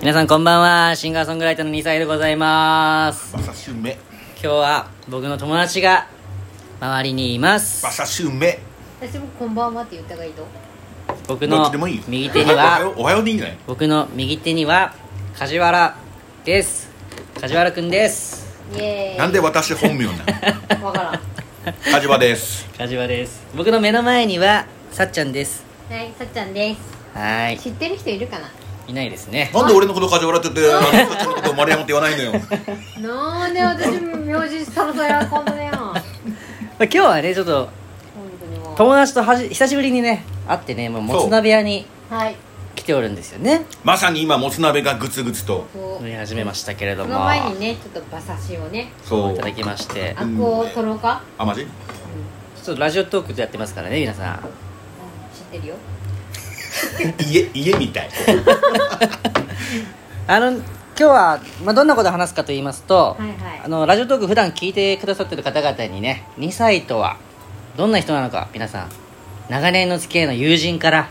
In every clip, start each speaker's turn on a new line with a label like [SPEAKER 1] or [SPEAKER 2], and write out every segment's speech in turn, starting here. [SPEAKER 1] 皆さんこんばんはシンガーソングライターの2歳でございます
[SPEAKER 2] 馬刺し梅
[SPEAKER 1] 今日は僕の友達が周りにいます
[SPEAKER 2] 馬刺し梅
[SPEAKER 3] 私もこんばんはって言った方がいいと
[SPEAKER 1] 僕
[SPEAKER 2] ど
[SPEAKER 1] の
[SPEAKER 2] っちでもいいよ
[SPEAKER 1] 右手に
[SPEAKER 2] おはよ
[SPEAKER 1] は
[SPEAKER 2] うおはようでいいんじゃない
[SPEAKER 1] 僕の右手には梶原です梶原くんです
[SPEAKER 3] イエーイ
[SPEAKER 2] なんで私本名なの
[SPEAKER 3] わからん
[SPEAKER 2] 梶場です
[SPEAKER 1] 梶原です僕の目の前にはさっちゃんです
[SPEAKER 3] はいさっちゃんで
[SPEAKER 1] はーい
[SPEAKER 3] す知ってる人いるかない
[SPEAKER 1] ないですね
[SPEAKER 2] なんで俺のこと梶原って言ってそっちのこと丸山って言わないのよ
[SPEAKER 3] なんで私も名字さらさやかんだね本
[SPEAKER 1] まあ今日はねちょっと
[SPEAKER 3] 当にもう
[SPEAKER 1] 友達とはじ久しぶりにね会ってねもうもつ鍋屋に
[SPEAKER 3] はい
[SPEAKER 1] 来ておるんですよね
[SPEAKER 2] まさに今もつ鍋がグツグツと
[SPEAKER 3] そう
[SPEAKER 1] 飲み始めましたけれど
[SPEAKER 3] そ
[SPEAKER 1] も
[SPEAKER 3] の前にねちょっと馬刺しをね
[SPEAKER 2] そう
[SPEAKER 1] いただきまして
[SPEAKER 3] あっこを取ろうか、
[SPEAKER 2] あマジ
[SPEAKER 1] ちょっとラジオトークでやってますからね皆さん
[SPEAKER 3] うん知ってるよ
[SPEAKER 2] 家家みたい
[SPEAKER 1] あの今日は、まあ、どんなことを話すかと言いますと、
[SPEAKER 3] はいはい
[SPEAKER 1] あのラジオトーク普段聞いてくださってる方々にね2歳とはどんな人なのか皆さん長年の付き合いの友人から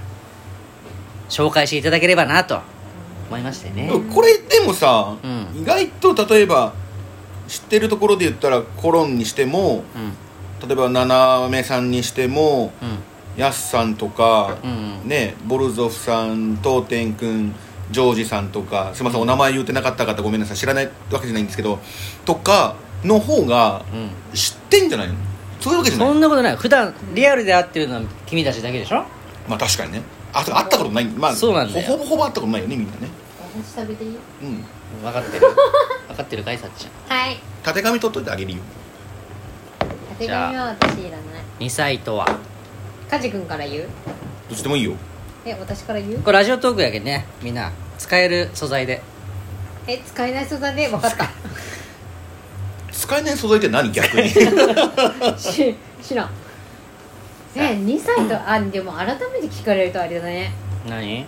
[SPEAKER 1] 紹介していただければなと思いましてね
[SPEAKER 2] これでもさ、
[SPEAKER 1] うん
[SPEAKER 2] 意外と例えば知ってるところで言ったらコロンにしても
[SPEAKER 1] うん
[SPEAKER 2] 例えば斜めさんにしても
[SPEAKER 1] う
[SPEAKER 2] やすさんとか、
[SPEAKER 1] んうん
[SPEAKER 2] ねボルゾフさんトーテン君ジョージさんとかすいませんお名前言ってなかった方ごめんなさい知らないわけじゃないんですけどとかの方が
[SPEAKER 1] うん
[SPEAKER 2] 知ってんじゃないのそういうわけじゃな
[SPEAKER 1] そ
[SPEAKER 2] い
[SPEAKER 1] んなことない普段リアルで会ってるのは君たちだけでしょ
[SPEAKER 2] まあ確かにねあと会ったことないまあ
[SPEAKER 1] そうなんだよ
[SPEAKER 2] ほぼほぼ会ったことないよねみんなね
[SPEAKER 3] 馬刺し食べていい
[SPEAKER 2] うん
[SPEAKER 1] 分かって る分かってるかいさっちゃん
[SPEAKER 3] はい
[SPEAKER 2] たてがみ取っといてあげるよ
[SPEAKER 3] 当て紙は私いらない
[SPEAKER 1] 2歳とは
[SPEAKER 3] カジ君から言う
[SPEAKER 2] どっちでもいいよ
[SPEAKER 3] え私から言う
[SPEAKER 1] これラジオトークやけんねみんな使える素材で
[SPEAKER 3] え使えない素材で分かった
[SPEAKER 2] 使えない素材って何逆にう
[SPEAKER 3] し知らんえ2歳とあでも改めて聞かれるとあれだね
[SPEAKER 1] 何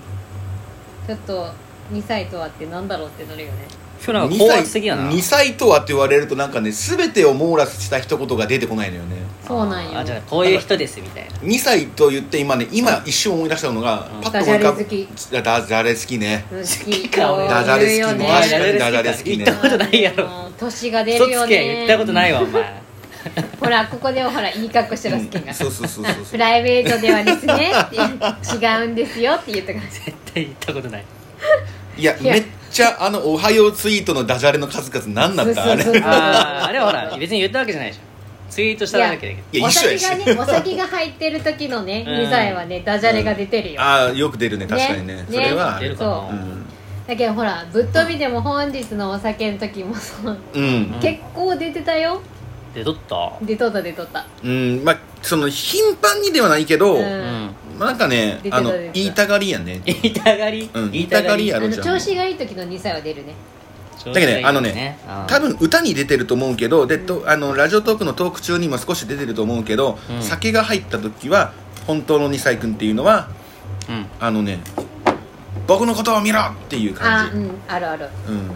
[SPEAKER 3] ちょっと2歳とはってなんだろうってなるよね
[SPEAKER 1] 今日 なんか高圧的やな
[SPEAKER 2] 2歳とはって言われるとなんかね全てを網羅した一言が出てこないのよね
[SPEAKER 3] そうなんよ
[SPEAKER 1] あじゃあこういう人ですみたいな
[SPEAKER 2] 2歳と言って今ね今一瞬思い出したのが、
[SPEAKER 1] うん
[SPEAKER 2] パッと思い浮かぶ
[SPEAKER 3] ダジャレ好
[SPEAKER 2] だダジャレ好きね
[SPEAKER 3] 好
[SPEAKER 1] 好き
[SPEAKER 3] き
[SPEAKER 1] か俺
[SPEAKER 2] ダジャレ好き
[SPEAKER 3] ね
[SPEAKER 2] も確かにダジャレ好きね
[SPEAKER 1] 言ったことないやろ
[SPEAKER 3] もう年が出
[SPEAKER 1] 嘘
[SPEAKER 3] る
[SPEAKER 1] つ
[SPEAKER 3] よ
[SPEAKER 1] け
[SPEAKER 3] ね
[SPEAKER 1] 言ったことないわお前
[SPEAKER 3] ほらここではほらいい格好してるスキン
[SPEAKER 2] う
[SPEAKER 3] が
[SPEAKER 2] んそうそうそうそうそ
[SPEAKER 3] プ
[SPEAKER 2] う
[SPEAKER 3] ライベートではですねって違うんですよって言ったから
[SPEAKER 1] 絶対言ったことない
[SPEAKER 2] いや
[SPEAKER 3] いや
[SPEAKER 2] めっちゃあの「おはよう」ツイートのダジャレの数々何なんだ ったあれ
[SPEAKER 3] そうそうそう
[SPEAKER 1] あーあれはほら別に言ったわけじゃないでしょツイートしただけだけど
[SPEAKER 2] いや
[SPEAKER 3] お
[SPEAKER 2] 一緒や
[SPEAKER 3] 酒
[SPEAKER 2] し
[SPEAKER 3] がねお酒が入ってる時のね
[SPEAKER 1] うん
[SPEAKER 3] 2歳はねダジャレが出てるよ
[SPEAKER 2] ああよく出るね確かにね
[SPEAKER 3] ね
[SPEAKER 2] それは
[SPEAKER 1] 出るか
[SPEAKER 3] そう
[SPEAKER 1] な
[SPEAKER 3] だけどほらぶっ飛びでも本日のお酒の時もそう
[SPEAKER 2] うん
[SPEAKER 3] 結構出てたよ
[SPEAKER 1] で取った
[SPEAKER 3] 出とった出とった
[SPEAKER 2] うん、まあその頻繁にではないけど、
[SPEAKER 3] う
[SPEAKER 1] う
[SPEAKER 3] ん
[SPEAKER 1] ん
[SPEAKER 2] まあなんかね
[SPEAKER 3] 出てた
[SPEAKER 2] あの
[SPEAKER 3] 出てた
[SPEAKER 2] 言いたがりやね
[SPEAKER 1] 言いたがり
[SPEAKER 2] うん言いたがりや
[SPEAKER 3] あ
[SPEAKER 2] ろ
[SPEAKER 3] の
[SPEAKER 2] じゃ
[SPEAKER 3] 調
[SPEAKER 2] ん
[SPEAKER 3] 子がいい時の2歳は出るね
[SPEAKER 1] だ
[SPEAKER 2] だけどねあのね多分歌に出てると思うけどでとあのラジオトークのトーク中にも少し出てると思うけど、
[SPEAKER 1] うん
[SPEAKER 2] 酒が入った時は本当の2歳くんっていうのは
[SPEAKER 1] うん
[SPEAKER 2] あのね僕のことを見ろっていう感
[SPEAKER 3] あう
[SPEAKER 2] じ
[SPEAKER 3] んあるある
[SPEAKER 2] うん、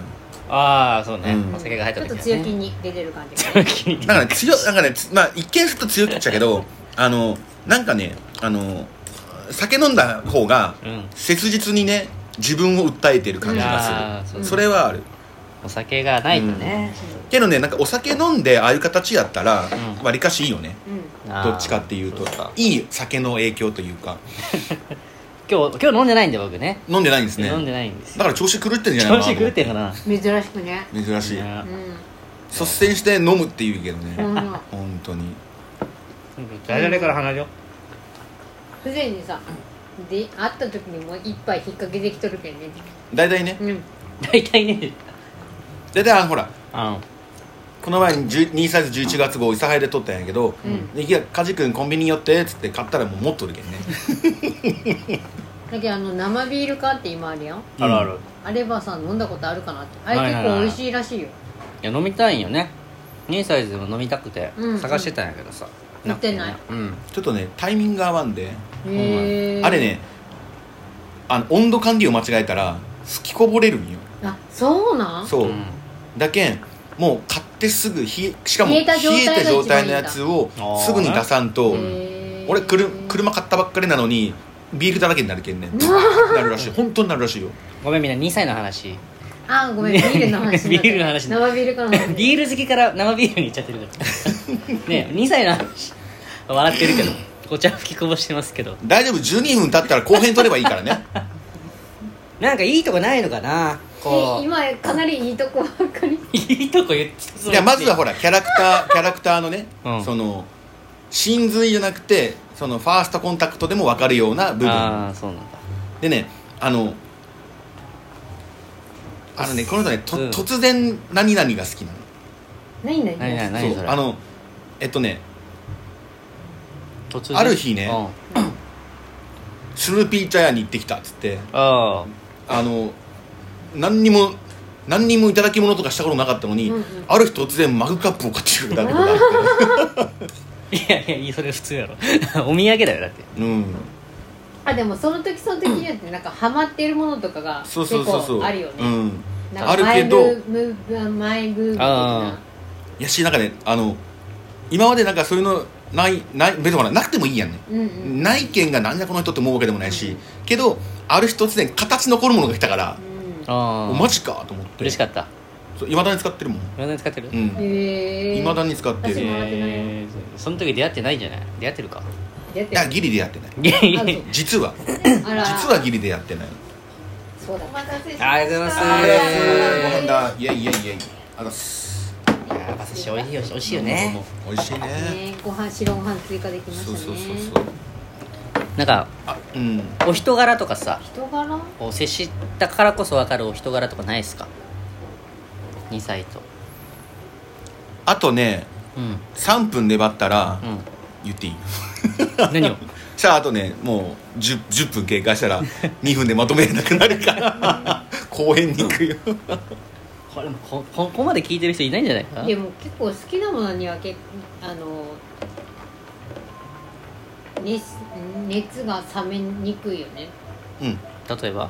[SPEAKER 1] ああそうね
[SPEAKER 2] うん
[SPEAKER 1] お酒が入った時
[SPEAKER 3] ちょ
[SPEAKER 1] はね
[SPEAKER 3] っと強気に出てる感じが
[SPEAKER 1] 強気に
[SPEAKER 2] なんかね強なんかねつまあ一見すると強気っちゃけどあのなんかねあの酒飲んだ方が
[SPEAKER 1] うん
[SPEAKER 2] 切実にね自分を訴えてる感じが
[SPEAKER 1] あー
[SPEAKER 2] す
[SPEAKER 1] そ
[SPEAKER 2] る、
[SPEAKER 1] う
[SPEAKER 2] それはある
[SPEAKER 1] お酒がないとね
[SPEAKER 2] けどねなんかお酒飲んでああいう形やったら
[SPEAKER 1] ん
[SPEAKER 2] わりかしいいよね、
[SPEAKER 3] うん
[SPEAKER 1] あー
[SPEAKER 2] どっちかっていうと
[SPEAKER 1] そうか
[SPEAKER 2] いい酒の影響というか
[SPEAKER 1] 今日今日飲んでないんで僕ね
[SPEAKER 2] 飲んでないんですね
[SPEAKER 1] 飲んでないんです
[SPEAKER 2] だ
[SPEAKER 1] よ
[SPEAKER 2] から調子狂ってるんじゃない
[SPEAKER 1] 調子
[SPEAKER 2] かな
[SPEAKER 1] 狂ってるかな
[SPEAKER 3] 珍しくね
[SPEAKER 2] 珍しい
[SPEAKER 1] ね
[SPEAKER 3] う
[SPEAKER 2] 率先して飲むっていうけどね
[SPEAKER 3] んこの
[SPEAKER 2] 本当に
[SPEAKER 1] ダジャレから離れよう
[SPEAKER 3] 不然にさで会った時にもう一杯引っ掛けてきとるけんね
[SPEAKER 2] 大体ね
[SPEAKER 3] うん
[SPEAKER 1] 大体ね
[SPEAKER 2] 大体あのほら
[SPEAKER 1] あ
[SPEAKER 2] この前に10 2サイズ11月号諫早で撮ったんやけど
[SPEAKER 3] うん
[SPEAKER 2] 「でいや梶君コンビニ寄って」っつって買ったらもう持っとるけんね
[SPEAKER 3] だけどあの生ビール缶って今あるやん
[SPEAKER 2] うん
[SPEAKER 1] あるある
[SPEAKER 3] あればさ飲んだことあるかなってあ
[SPEAKER 1] な
[SPEAKER 3] れ
[SPEAKER 1] いない
[SPEAKER 3] 結構美味しいらしいよ
[SPEAKER 1] いや飲みたいんよねニーサイズでも飲みたくて
[SPEAKER 3] うん
[SPEAKER 1] 探してたんやけどさ
[SPEAKER 3] うん
[SPEAKER 1] くね
[SPEAKER 3] 売って
[SPEAKER 1] うん
[SPEAKER 2] ちょっとねタイミングが合わんで
[SPEAKER 3] へえ
[SPEAKER 2] あれねあの温度管理を間違えたら吹きこぼれるんよ
[SPEAKER 3] あそうなん
[SPEAKER 2] そう、
[SPEAKER 1] うん
[SPEAKER 2] だけんもう買ってすぐ冷えしかも
[SPEAKER 3] 冷えた状態が
[SPEAKER 2] 冷えた状態の
[SPEAKER 3] 一番いいん
[SPEAKER 2] や
[SPEAKER 3] だ
[SPEAKER 2] つを
[SPEAKER 1] あー
[SPEAKER 2] すぐに出さんと
[SPEAKER 3] へー
[SPEAKER 2] 俺くる車買ったばっかりなのにビールだらけになるけ んねんなるらしい本当になるらしいよ
[SPEAKER 1] ごめんみんな2歳の話
[SPEAKER 3] あごめんビールの 話になっ
[SPEAKER 1] ビールの話
[SPEAKER 3] た生ビールかの話
[SPEAKER 1] ビール好きから生ビールにいっちゃってるけ どね2歳の話笑ってるけどお茶吹きこぼしてますけど
[SPEAKER 2] 大丈夫12分経ったら後編取ればいいからね
[SPEAKER 1] なんかいいとこないのかなこ
[SPEAKER 3] え今かなりいいとこばっかり
[SPEAKER 1] ういいとこ言ってそう
[SPEAKER 2] いやまずはほらキャラクタ ーキャラクターのね、
[SPEAKER 1] うん
[SPEAKER 2] その真髄じゃなくてそのファーストコンタクトでも分かるような部分
[SPEAKER 1] ああそうなんだ
[SPEAKER 2] でねあのあのねこの人ねと、
[SPEAKER 1] うん
[SPEAKER 2] 突然何々が好きなの
[SPEAKER 3] 何何
[SPEAKER 1] 何々何
[SPEAKER 2] そ
[SPEAKER 1] そうれ
[SPEAKER 2] あのえっとね
[SPEAKER 1] 突然
[SPEAKER 2] ある日ね
[SPEAKER 1] うんあ
[SPEAKER 2] スルーピー茶屋に行ってきたっつって
[SPEAKER 1] あ
[SPEAKER 2] あの何にも何にもいただき物とかしたことなかったのに、
[SPEAKER 3] うんうん
[SPEAKER 2] ある日突然マグカップを買ってくれたことがあって
[SPEAKER 1] いやいやいいそれ普通やろ お土産だよだって
[SPEAKER 2] うん
[SPEAKER 3] あでもその時その時によってなんかハマってるものとかが
[SPEAKER 2] そう
[SPEAKER 3] 結
[SPEAKER 2] そうそうそう
[SPEAKER 3] 構あるよ
[SPEAKER 2] う
[SPEAKER 3] ね
[SPEAKER 2] ん、
[SPEAKER 3] なんか
[SPEAKER 2] あるけど
[SPEAKER 3] マイブームマイブーム的
[SPEAKER 1] あ
[SPEAKER 3] ない
[SPEAKER 2] やしなんかねあの今までなんかそういうのないない別にほらなくてもいいやんね、
[SPEAKER 3] うんうん
[SPEAKER 2] ない件がなんじゃこの人って思うわけでもないし、けどある日突然形残るものが来たから、
[SPEAKER 3] う
[SPEAKER 1] あ
[SPEAKER 2] お
[SPEAKER 1] あ
[SPEAKER 2] マジかと思って
[SPEAKER 1] 嬉しかった
[SPEAKER 2] いまだに使ってるもん
[SPEAKER 1] いまだに使ってる
[SPEAKER 2] うん
[SPEAKER 3] んへえ
[SPEAKER 2] いま、だに使ってる
[SPEAKER 3] 私
[SPEAKER 2] い
[SPEAKER 3] もらってないよ
[SPEAKER 1] えーその時出会ってないんじゃない出会ってるか
[SPEAKER 3] 出てる
[SPEAKER 2] やギリでやってない
[SPEAKER 1] いやいやいや
[SPEAKER 2] 実は
[SPEAKER 3] あら
[SPEAKER 2] 実はギリでやってない
[SPEAKER 3] そうだ
[SPEAKER 4] お待たせしました
[SPEAKER 1] ありがとうございます
[SPEAKER 2] ご
[SPEAKER 1] え
[SPEAKER 2] 飯だイエイイエイイエイあざっす
[SPEAKER 1] 馬刺し美味しいよ美味しいよね
[SPEAKER 2] 美味しいね
[SPEAKER 3] ねご飯白ご飯追加できました
[SPEAKER 2] そう
[SPEAKER 3] ね
[SPEAKER 2] そうそうそう
[SPEAKER 1] なんか
[SPEAKER 2] あうん
[SPEAKER 1] お人柄とかさ
[SPEAKER 3] 人柄
[SPEAKER 1] こう接したからこそ分かるお人柄とかないですか2歳と
[SPEAKER 2] あとね
[SPEAKER 1] うん
[SPEAKER 2] 3分粘ったら
[SPEAKER 1] うん
[SPEAKER 2] 言っていい
[SPEAKER 1] 何を
[SPEAKER 2] さああとねもう 10, 10分経過した ら2分でまとめれなくなるから 後編に行くよ
[SPEAKER 1] これもこここまで聞いてる人いないんじゃないか
[SPEAKER 3] でも結構好きなものにはけあの熱熱が冷めにくいよね
[SPEAKER 2] うん
[SPEAKER 1] 例えば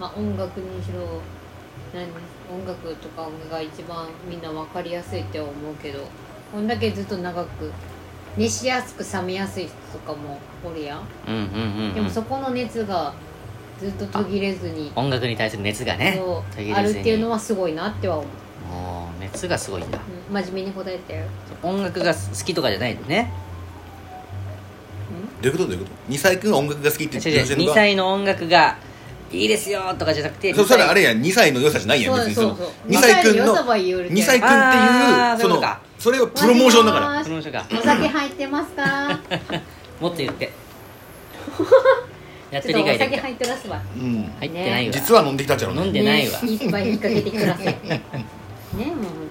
[SPEAKER 3] まあ音楽にしろ何音楽とかが一番みんな分かりやすいって思うけどこんだけずっと長く熱しやすく冷めやすい人とかもおるやん
[SPEAKER 1] うんうんうん、
[SPEAKER 3] で
[SPEAKER 1] う
[SPEAKER 3] も
[SPEAKER 1] ん、
[SPEAKER 3] そこの熱がずっと途切れずに
[SPEAKER 1] 音楽に対する熱がね
[SPEAKER 3] そう
[SPEAKER 1] 途切
[SPEAKER 3] あ
[SPEAKER 1] れ
[SPEAKER 3] るっ
[SPEAKER 1] ずに
[SPEAKER 3] ていうのはすごいなっては思う、
[SPEAKER 1] もう熱がすごいんだ
[SPEAKER 3] うん真面目に答えてよ
[SPEAKER 1] 音楽が好きとかじゃないのね
[SPEAKER 2] どういうことどういうこと2歳くんは音楽が好きって言って
[SPEAKER 1] 違う違う
[SPEAKER 2] る
[SPEAKER 1] 2
[SPEAKER 2] の
[SPEAKER 1] 歳の音楽がいいですよとかじゃなくて
[SPEAKER 2] そしたらあ
[SPEAKER 1] れ
[SPEAKER 2] れや2歳の良さじゃないやん
[SPEAKER 3] そう
[SPEAKER 2] 別に
[SPEAKER 3] そう
[SPEAKER 2] の
[SPEAKER 3] そう
[SPEAKER 2] 2歳くん
[SPEAKER 3] 良
[SPEAKER 2] の
[SPEAKER 3] さば言う
[SPEAKER 2] 2歳くんって
[SPEAKER 1] あ
[SPEAKER 2] い
[SPEAKER 1] ー
[SPEAKER 2] うそ
[SPEAKER 1] そういうこ
[SPEAKER 2] の
[SPEAKER 1] とか
[SPEAKER 2] それはプロモーションだから
[SPEAKER 1] この人が
[SPEAKER 3] お酒入ってます か
[SPEAKER 1] もっと言って やっ
[SPEAKER 3] ち
[SPEAKER 1] と
[SPEAKER 3] ょ
[SPEAKER 1] 理
[SPEAKER 3] っとお
[SPEAKER 1] 解で
[SPEAKER 3] 酒
[SPEAKER 1] きた入
[SPEAKER 3] 入ってらすわ
[SPEAKER 2] うん
[SPEAKER 1] ってないわ、
[SPEAKER 2] 実は飲んできたんじゃろうね
[SPEAKER 1] 飲んでないわ、
[SPEAKER 3] ねいっぱい引っ掛けてく ださいねもう本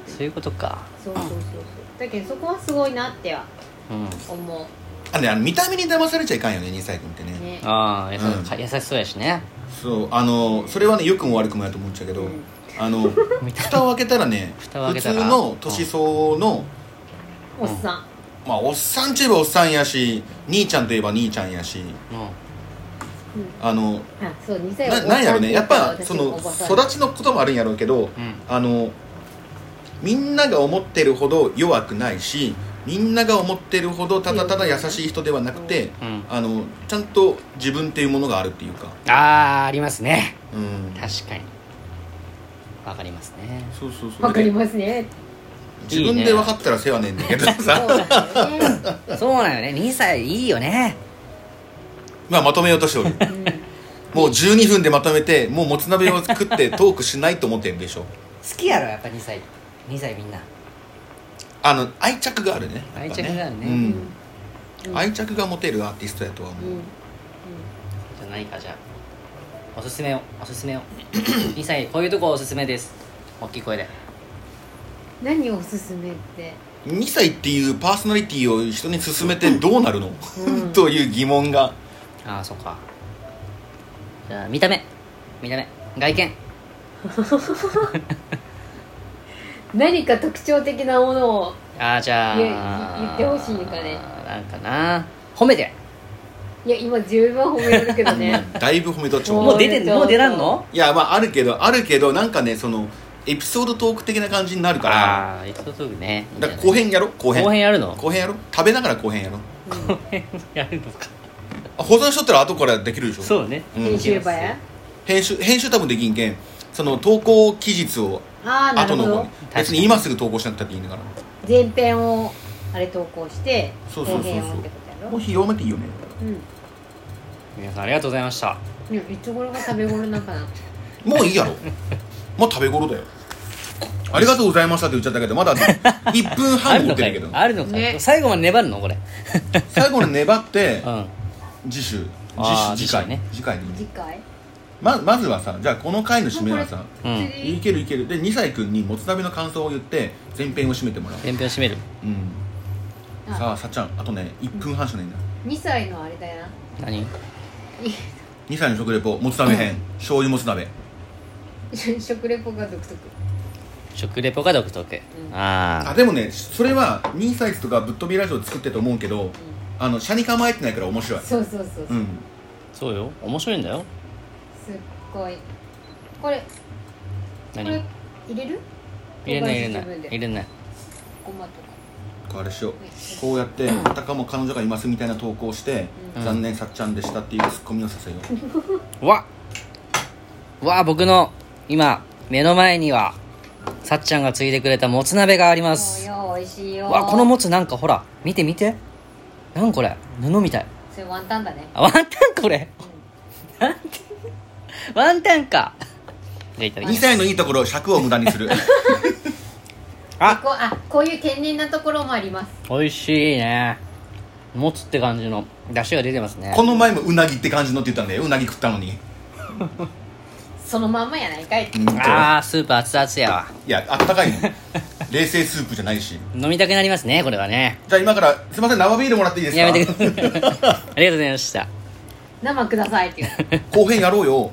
[SPEAKER 3] 当
[SPEAKER 1] そう
[SPEAKER 3] に
[SPEAKER 1] いうことか
[SPEAKER 3] そうそうそうそうだけどそこはすごいなっては
[SPEAKER 1] うん
[SPEAKER 3] 思
[SPEAKER 2] あねあの見た目に騙されちゃいかんよね2歳くんってね
[SPEAKER 3] うね
[SPEAKER 1] ああ優,、
[SPEAKER 2] うん
[SPEAKER 1] か優しそうやしね
[SPEAKER 2] そうあのそれはね良くも悪くもやと思っちゃうけど、
[SPEAKER 3] うん
[SPEAKER 2] あの
[SPEAKER 1] 見た
[SPEAKER 2] 蓋を開けたらね
[SPEAKER 1] 蓋を開
[SPEAKER 2] 普
[SPEAKER 1] けた
[SPEAKER 2] 通
[SPEAKER 1] ら
[SPEAKER 2] の年相応の、
[SPEAKER 3] おっさん
[SPEAKER 2] まあおっさんといえばおっさんやし兄ちゃんといえば兄ちゃんやし
[SPEAKER 1] うん
[SPEAKER 2] あの
[SPEAKER 3] あそう2歳は
[SPEAKER 2] ななんやろねやっぱその育
[SPEAKER 3] ち
[SPEAKER 2] ちのこともあるんやろうけど、
[SPEAKER 1] うん
[SPEAKER 2] あのみんなが思ってるほど弱くないしみんなが思ってるほどただただ優しい人ではなくて、
[SPEAKER 1] うん
[SPEAKER 2] あのちゃんと自分っていうものがあるっていうか、
[SPEAKER 1] ああありますね
[SPEAKER 2] うん、
[SPEAKER 1] 確かにわかりますね
[SPEAKER 2] そうそうそう
[SPEAKER 3] わかりますね
[SPEAKER 2] 自分で分かったら世話ねえんだけど
[SPEAKER 3] そ
[SPEAKER 2] さ
[SPEAKER 3] うだよね
[SPEAKER 1] そうなのよね2歳いいよね
[SPEAKER 2] まあまとめようとしておる
[SPEAKER 3] うん
[SPEAKER 2] もう12分でまとめてもうもつ鍋を作ってトークしないと思ってんでしょ
[SPEAKER 1] 好きやろやっぱ2歳2歳みんな
[SPEAKER 2] あの愛着があるね
[SPEAKER 1] 愛着があるね
[SPEAKER 2] やっぱ
[SPEAKER 3] うん
[SPEAKER 2] うん愛着が持てるアーティストやとは思う、
[SPEAKER 3] うん
[SPEAKER 1] じゃないかじゃあおすすめをおすす めを2歳こういうとこおすすめです大きい声で
[SPEAKER 3] 何おすすめって
[SPEAKER 2] 2歳っていうパーソナリティを人に勧めてどうなるの、
[SPEAKER 3] う ん
[SPEAKER 2] という疑問が
[SPEAKER 1] ああそっかじゃあ見た目見た目外見
[SPEAKER 3] 何か特徴的なものを
[SPEAKER 1] ああじゃあ
[SPEAKER 3] いやい言ってほしいかね
[SPEAKER 1] なんかな褒めて
[SPEAKER 3] いや今十分褒めるけどね
[SPEAKER 2] だいぶ褒めとっちゃう
[SPEAKER 1] もう出
[SPEAKER 3] 褒め
[SPEAKER 1] て
[SPEAKER 3] て
[SPEAKER 1] もう出らんの
[SPEAKER 2] いやまああるけどあるけどなんかねそのエピソードトーク的な感じになるから
[SPEAKER 1] ああーエピソードトークね
[SPEAKER 2] だから後編やろ後編
[SPEAKER 1] 後編やるの
[SPEAKER 2] 後編やろ食べながら後編やろ
[SPEAKER 1] 後編やるのか
[SPEAKER 2] あ保存しとったら後からできるでしょ
[SPEAKER 1] そうね
[SPEAKER 2] うん
[SPEAKER 3] 編集部や
[SPEAKER 2] 編集編集多分できんけんその投稿期日を
[SPEAKER 3] ああなる
[SPEAKER 2] 後
[SPEAKER 3] ほ
[SPEAKER 2] の方
[SPEAKER 3] ど
[SPEAKER 2] に別に今すぐ投稿しなくたっていいんだから
[SPEAKER 3] 前編をあれ投稿して
[SPEAKER 2] そう
[SPEAKER 3] 後
[SPEAKER 2] そうそうそう
[SPEAKER 3] 編をってことやろ
[SPEAKER 2] もう広めていいよね
[SPEAKER 3] うん
[SPEAKER 1] 皆さんありがとうございました
[SPEAKER 3] いやいつ頃が食べ頃なんかな
[SPEAKER 2] もういいやろもう食べ頃だよありがとうございましたって言っちゃったけどまだ1分
[SPEAKER 1] あ
[SPEAKER 2] 半
[SPEAKER 1] る
[SPEAKER 2] 持
[SPEAKER 1] の
[SPEAKER 2] って
[SPEAKER 1] か
[SPEAKER 2] るけ
[SPEAKER 1] い
[SPEAKER 2] ど
[SPEAKER 1] あるのかい、
[SPEAKER 3] ね
[SPEAKER 1] 最後まで粘るのこれ
[SPEAKER 2] 最後に粘って
[SPEAKER 1] うん
[SPEAKER 2] 次週
[SPEAKER 1] あー
[SPEAKER 2] 次週次
[SPEAKER 1] 次
[SPEAKER 2] 回
[SPEAKER 1] 週ね
[SPEAKER 2] 次回に
[SPEAKER 3] 次回
[SPEAKER 2] ままずはさじゃあこの回の締めはさ
[SPEAKER 1] う
[SPEAKER 3] 釣
[SPEAKER 1] ん
[SPEAKER 3] り
[SPEAKER 2] いけるいけるで2歳くんにもつ鍋の感想を言って前編を締めてもらおう、
[SPEAKER 1] 伝票締める
[SPEAKER 2] うん、
[SPEAKER 3] あ
[SPEAKER 2] さあさっちゃんあとね1分半しかないんだ
[SPEAKER 3] 2歳のあれだよな
[SPEAKER 1] 何
[SPEAKER 2] 2歳の食レポもつ鍋編、醤油もつ鍋
[SPEAKER 3] 食レポが独特
[SPEAKER 1] 食レポが独特、
[SPEAKER 3] うん
[SPEAKER 2] あ
[SPEAKER 1] あ
[SPEAKER 2] でもねそれは2歳とかぶっ飛びラジオ作ってると思うけどあの車に構えてないから面白い
[SPEAKER 3] そうそうそう
[SPEAKER 2] う
[SPEAKER 3] そう、
[SPEAKER 2] ん
[SPEAKER 1] あそうよ面白いんだよ
[SPEAKER 3] すっごいこれこ
[SPEAKER 1] 何
[SPEAKER 3] れ入れる
[SPEAKER 1] 入れない入れ
[SPEAKER 3] 唐辛子自
[SPEAKER 1] ない
[SPEAKER 3] 分で
[SPEAKER 1] 入れない
[SPEAKER 3] ごまとか
[SPEAKER 2] こうあれしよう
[SPEAKER 3] うん
[SPEAKER 2] こうやってあたかも彼女がいますみたいな投稿して、
[SPEAKER 1] うん
[SPEAKER 2] 残念さっちゃんでしたっていうツッコミをさせよう
[SPEAKER 1] わっわあ僕の今目の前にはさっちゃんがついてくれたもつ鍋がありま
[SPEAKER 3] そう
[SPEAKER 1] す
[SPEAKER 3] よ美味しいよ
[SPEAKER 1] わあこのもつなんかほら見て見てなんこれ布みたい
[SPEAKER 3] それワンタンだね
[SPEAKER 1] あワンタンこれワンタンかじゃあいただき
[SPEAKER 2] 2
[SPEAKER 1] ます
[SPEAKER 2] 歳のいいところ尺を無駄にする
[SPEAKER 1] あ
[SPEAKER 3] こうあこういう天然なところもあります
[SPEAKER 1] 美味しいねもつって感じの出汁が出てますね
[SPEAKER 2] この前もうなぎって感じのって言ったんだようなぎ食ったのに
[SPEAKER 3] そのまんまやないかい
[SPEAKER 2] うん
[SPEAKER 1] あースープ熱々やわ
[SPEAKER 2] いやあったかいの冷製スープじゃないし
[SPEAKER 1] 飲みたくなりますねこれはね
[SPEAKER 2] じゃあ今からすいません生ビールもらっていいです か
[SPEAKER 1] やめてくださいありがとうございました
[SPEAKER 3] 生くださいって言う
[SPEAKER 2] 後編やろうよ